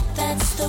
a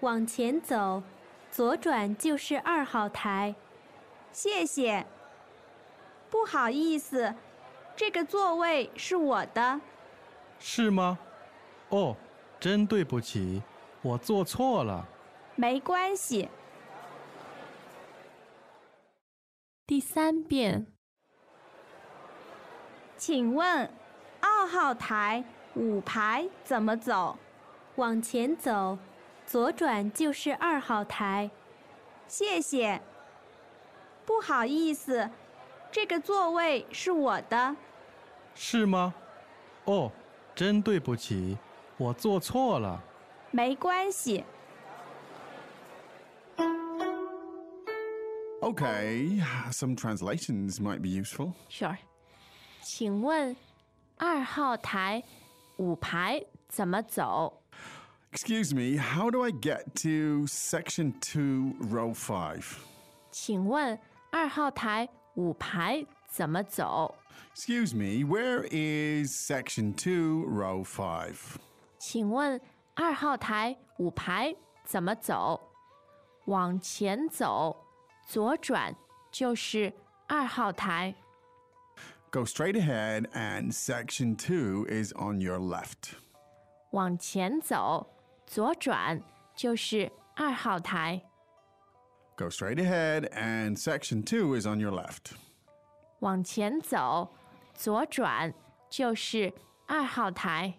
往前走，左转就是二号台。谢谢。不好意思，这个座位是我的。是吗？哦，真对不起，我做错了。没关系，第三遍，请问二号台五排怎么走？往前走，左转就是二号台。谢谢。不好意思，这个座位是我的。是吗？哦，真对不起，我做错了。没关系， Okay. Some translations might be useful. Sure，请问二号台五排怎么走？ Excuse me. How do I get to section two, row five? 请问二号台五排怎么走？ Excuse me. Where is section two, row five? 请问二号台五排怎么走？往前走，左转就是二号台。 Go straight ahead, and section two is on your left. 往前走，左转就是二号台。 Go straight ahead, and section two is on your left. 往前走，左转就是二号台。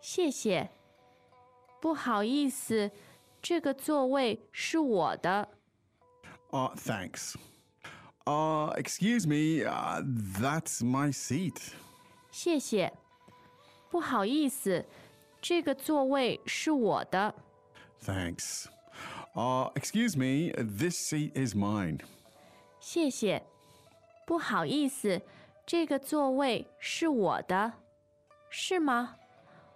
谢谢。不好意思，这个座位是我的。 Uh, thanks. Uh, excuse me, uh, that's my seat. 谢谢。不好意思，这个座位是我的。 Thanks. Uh, excuse me, this seat is mine. 谢谢。不好意思，这个座位是我的，是吗？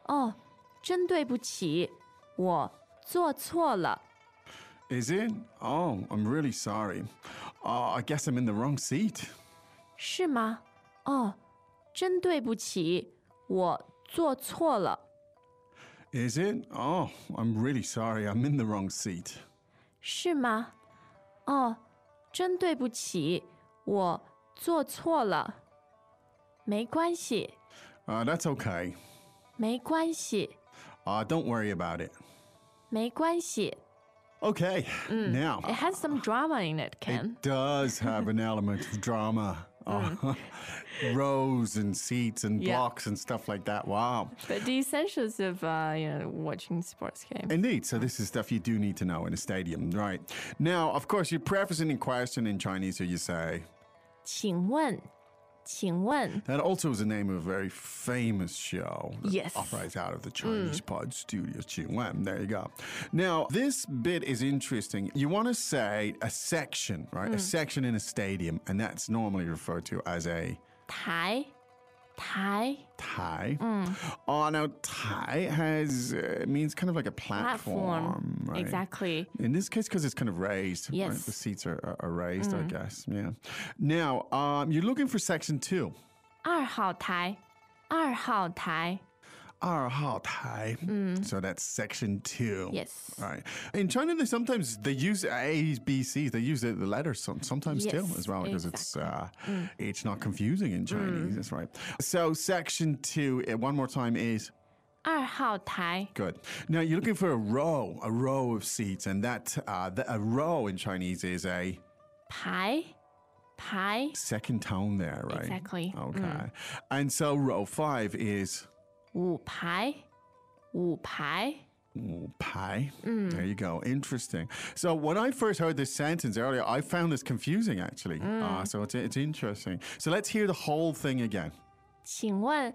哦，真对不起，我做错了。 Is it? Oh, I'm really sorry. Uh, I guess I'm in the wrong seat. 是吗？哦，真对不起，我做错了。 Is it? Oh, I'm really sorry. I'm in the wrong seat. 是吗？哦，真对不起，我做错了。没关系， Uh, that's okay. 没关系， Uh, don't worry about it. 没关系。 Okay, now It has some drama in it, Ken. it does have an element of drama. Oh, rows and seats and Mm. Yeah. blocks and stuff like that. Wow. But the essentials of uh, you know, watching sports games. Indeed. So, this is stuff you do need to know in a stadium, right? Now, of course, you preface any question in Chinese, so you say, 请问请问， That also is the name of a very famous show. that Yes. Mm. Operates out of the Chinese Pod Studios, Qingwen. There you go. Now, this bit is interesting. You want to say a section, right? A Mm. section in a stadium, and that's normally referred to as a 台台 tai. Mm. Oh, now tai has uh, means kind of like a platform, platform right? exactly In this case, because it's kind of raised. right? Yes. Mm. The seats are, are, are raised, I guess. Yeah. Now, um, you're looking for section two. 二号台，二号台二号台. So that's section two. Mm. Yes. Right. In China, they sometimes they use A, B, C. They use the, the letters some, sometimes too Yes, Mm. as well because it's uh, it's not confusing in Chinese. That's right. So section two, uh, one more time is 二号台 good. Now you're looking for a row, a row of seats, and that uh, the, a row in Chinese is a 排排 second tone there, right? Oh. Exactly. Okay. And so row five is 五排五排 Ooh, Pie. There you go. Interesting. So when I first heard this sentence earlier, I found this confusing actually. Uh, so it's, it's interesting. So let's hear the whole thing again. 请问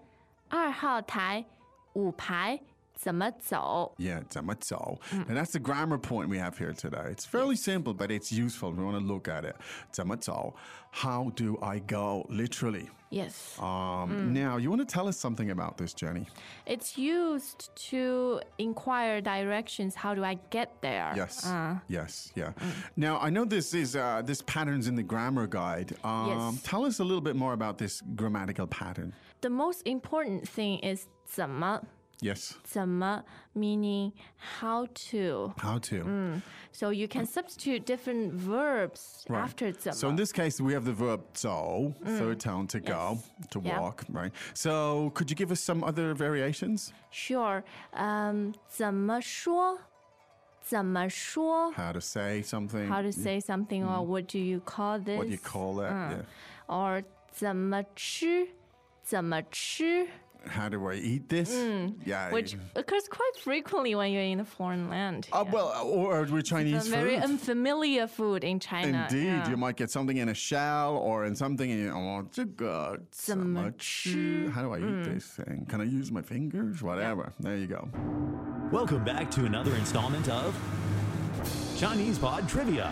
二号台五排怎么走？ Yeah, 怎么走? And that's the grammar point we have here today. It's fairly simple, but it's useful. We want to look at it. 怎么走? How do I go? Literally. Yes, Mm. Um, Now, you want to tell us something about this, Jenny? it's used to inquire directions. How do I get there? Yes. uh. Yes. Yeah. Mm. Now I know this is uh, this patterns in the grammar guide. Um, Yes. Tell us a little bit more about this grammatical pattern. The most important thing is 怎么 Yes. 怎么 meaning how to. How to. Mm, So you can substitute different verbs Right. after 怎么。 So in this case, we have the verb zo, third tone to go, to Yeah. walk, right? So could you give us some other variations? Sure. Um, 怎么说?怎么说? How to say something? How to say something or what do you call this? Mm-hmm. Uh. What do you call that? Or 怎么吃?怎么吃? Yeah. How do I eat this? Yeah. Mm. Which occurs quite frequently when you're in a foreign land. Uh, yeah. Well, or with a Chinese very food. unfamiliar food in China. Indeed, yeah. you might get something in a shell or in something, and you oh, "这个怎么吃? How do I eat Mm. this thing? Can I use my fingers? Whatever. There you go. Welcome back to another installment of Chinese Pod Trivia.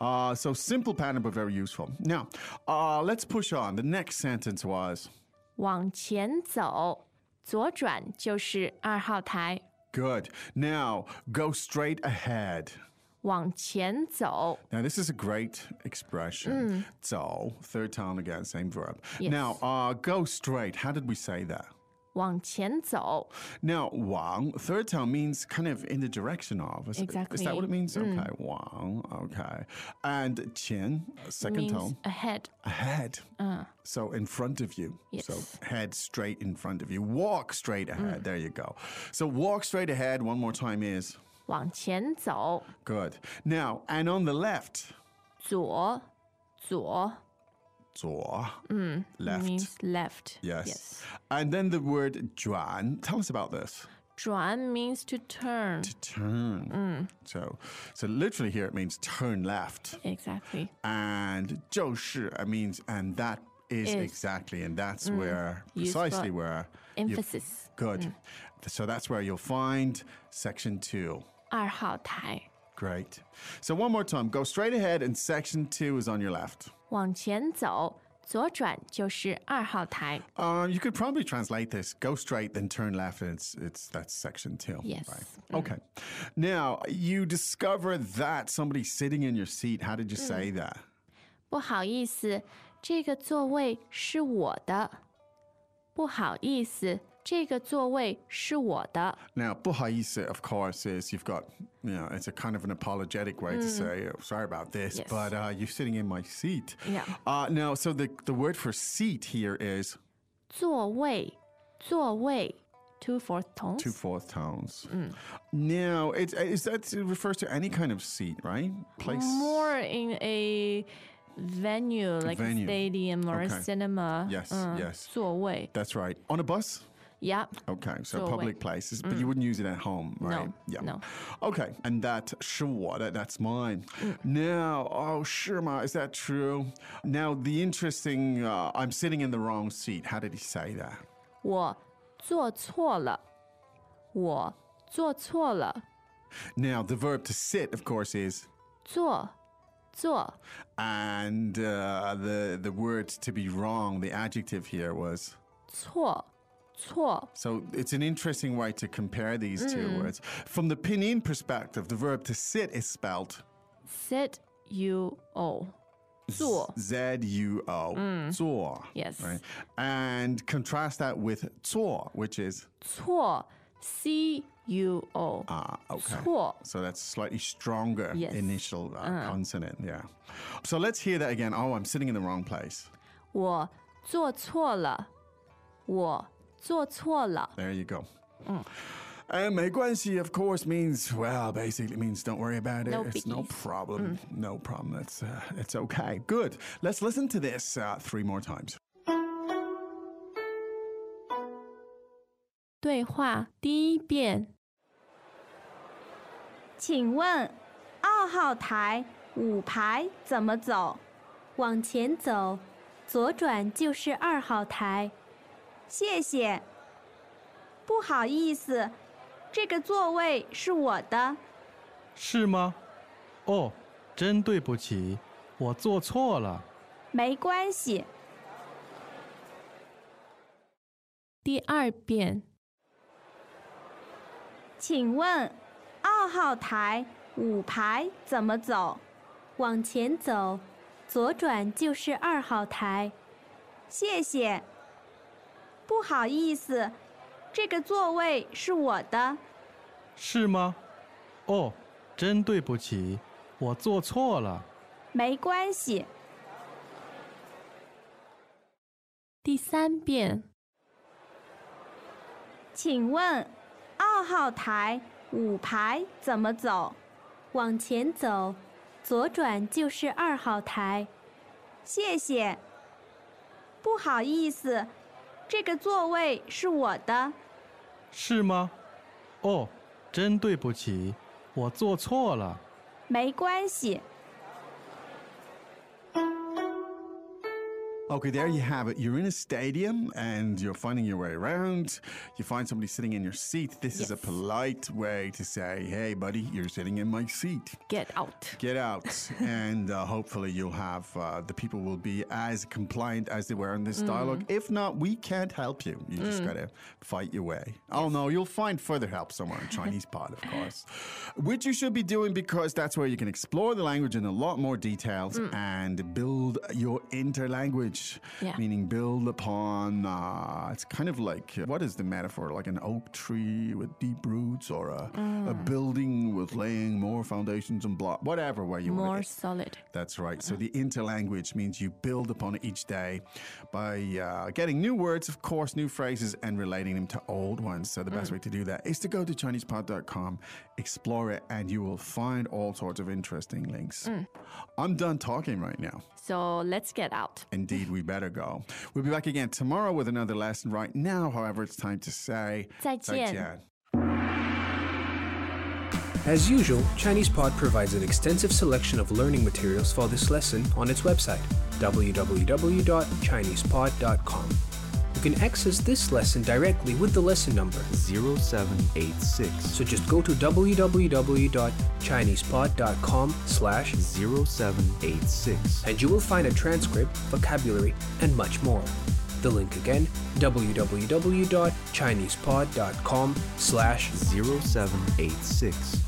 Uh, so simple pattern, but very useful. Now, uh, let's push on. The next sentence was 往前走,左转就是二号台. good. Now, go straight ahead. 往前走, Now, this is a great expression. So, third time again, same verb. Mm. Yes. Now, uh, go straight. How did we say that? 往前走. Now, wang, third tone means kind of in the direction of. Is, Is that Exactly. Mm. what it means? Okay, wang, okay. And qian, second means tone, ahead. ahead. So in front of you. So Yes. Mm. head straight in front of you. Walk straight ahead. There you go. So walk straight ahead one more time is 往前走, good. Now, and on the left, 左,左 zuo, left. Mm. means left. Yes. And then the word juan. Tell us about this. 转 means to turn. To Mm. turn. So, so literally here it means turn left. Exactly. and 就是 it means and that is, Is. Mm, exactly and that's where Useful. precisely where you- Emphasis. Mm. good so that's where you'll find section 2二号台， great so one more time go straight ahead and section 2 is on your left 往前走，左转就是二号台。 uh, you could probably translate this go straight then turn left and it's, it's that's section 2 Yes. Mm. okay now you discover that somebody sitting in your seat how did you Mm. say that 不好意思，这个座位是我的。不好意思，这个座位是我的。 Now, buhaise, of course, is you've got, you know, it's a kind of an apologetic way to say, oh, sorry about this, Mm. Yes. but uh, you're sitting in my seat. Yeah. Uh, now, so the, the word for seat here is 座位，座位，two fourth tones。 two fourth tones. Mm. Now, it's, is that it refers to any kind of seat, right? Place? More in a venue like Venue. a stadium or Okay. a cinema. Yes, Mm, yes. 座位。 That's right. On a bus? Yeah. Okay, so So away. Mm. public places, but you wouldn't use it at home, right? yeah. no. Okay, and that sure, that, that's mine. Mm. Now, oh, Shirma, is that true? Now, the interesting, uh, I'm sitting in the wrong seat. How did he say that? 我做错了，我做错了， Now, the verb to sit, of course, is, 做做 and uh, the the word to be wrong, the adjective here was. 错错 So it's an interesting way to compare these Mm. two words. From the pinyin perspective, the verb to sit is spelled sit u o 坐 Z U O. Zuo. Mm. Yes. Right? And contrast that with zuo, which is 错 c u o ah, okay. 错 So that's slightly stronger Yes. Uh-huh. initial uh, consonant, yeah. So let's hear that again. Oh, I'm sitting in the wrong place. 我做错了，我做错了， There you go. Mm. And meiguanxi, of course, means well, basically means don't worry about it. No it's no biggies. Mm. problem. No problem. It's uh, it's okay. Good. Let's listen to this uh, three more times. 对话第一遍，请问二号台五排怎么走？往前走，左转就是二号台。谢谢。不好意思，这个座位是我的。是吗？哦，真对不起，我做错了。没关系，第二遍，请问二号台五排怎么走？往前走，左转就是二号台。谢谢。不好意思，这个座位是我的。是吗？哦，真对不起，我做错了。没关系，第三遍，请问二号台五排怎么走？往前走，左转就是二号台。谢谢。不好意思，这个座位是我的。是吗？哦，真对不起，我做错了。没关系， Okay, there you have it. You're in a stadium and you're finding your way around. You find somebody sitting in your seat. This is a polite way to say, "Hey, buddy, you're sitting in my seat." Get out. Get out, and uh, hopefully you'll have uh, the people will be as compliant as they were in this dialogue. If not, we can't help you. You just gotta fight your way. Oh no, you'll find further help somewhere in Chinese pod, of course, which you should be doing because that's where you can explore the language in a lot more details and build your interlanguage, Yeah. meaning build upon. Uh, it's kind of like uh, what is the metaphor? Like an oak tree with deep roots, or a, a building with laying more foundations and block, whatever way you More want. to solid. that's right. So the interlanguage means you build upon it each day by uh, getting new words, of course, new phrases, and relating them to old ones. So the best way to do that is to go to ChinesePod.com, explore it, and you will find all sorts of interesting links. I'm done talking right now. So let's get out. Indeed, we better go. We'll be back again tomorrow with another lesson. Right now, however, it's time to say 再见. As usual, ChinesePod provides an extensive selection of learning materials for this lesson on its website, www.chinesepod.com. You can access this lesson directly with the lesson number, 0786 so just go to www.chinesepod.com slash 0786 and you will find a transcript, vocabulary, and much more. The link again, www.chinesepod.com slash 0786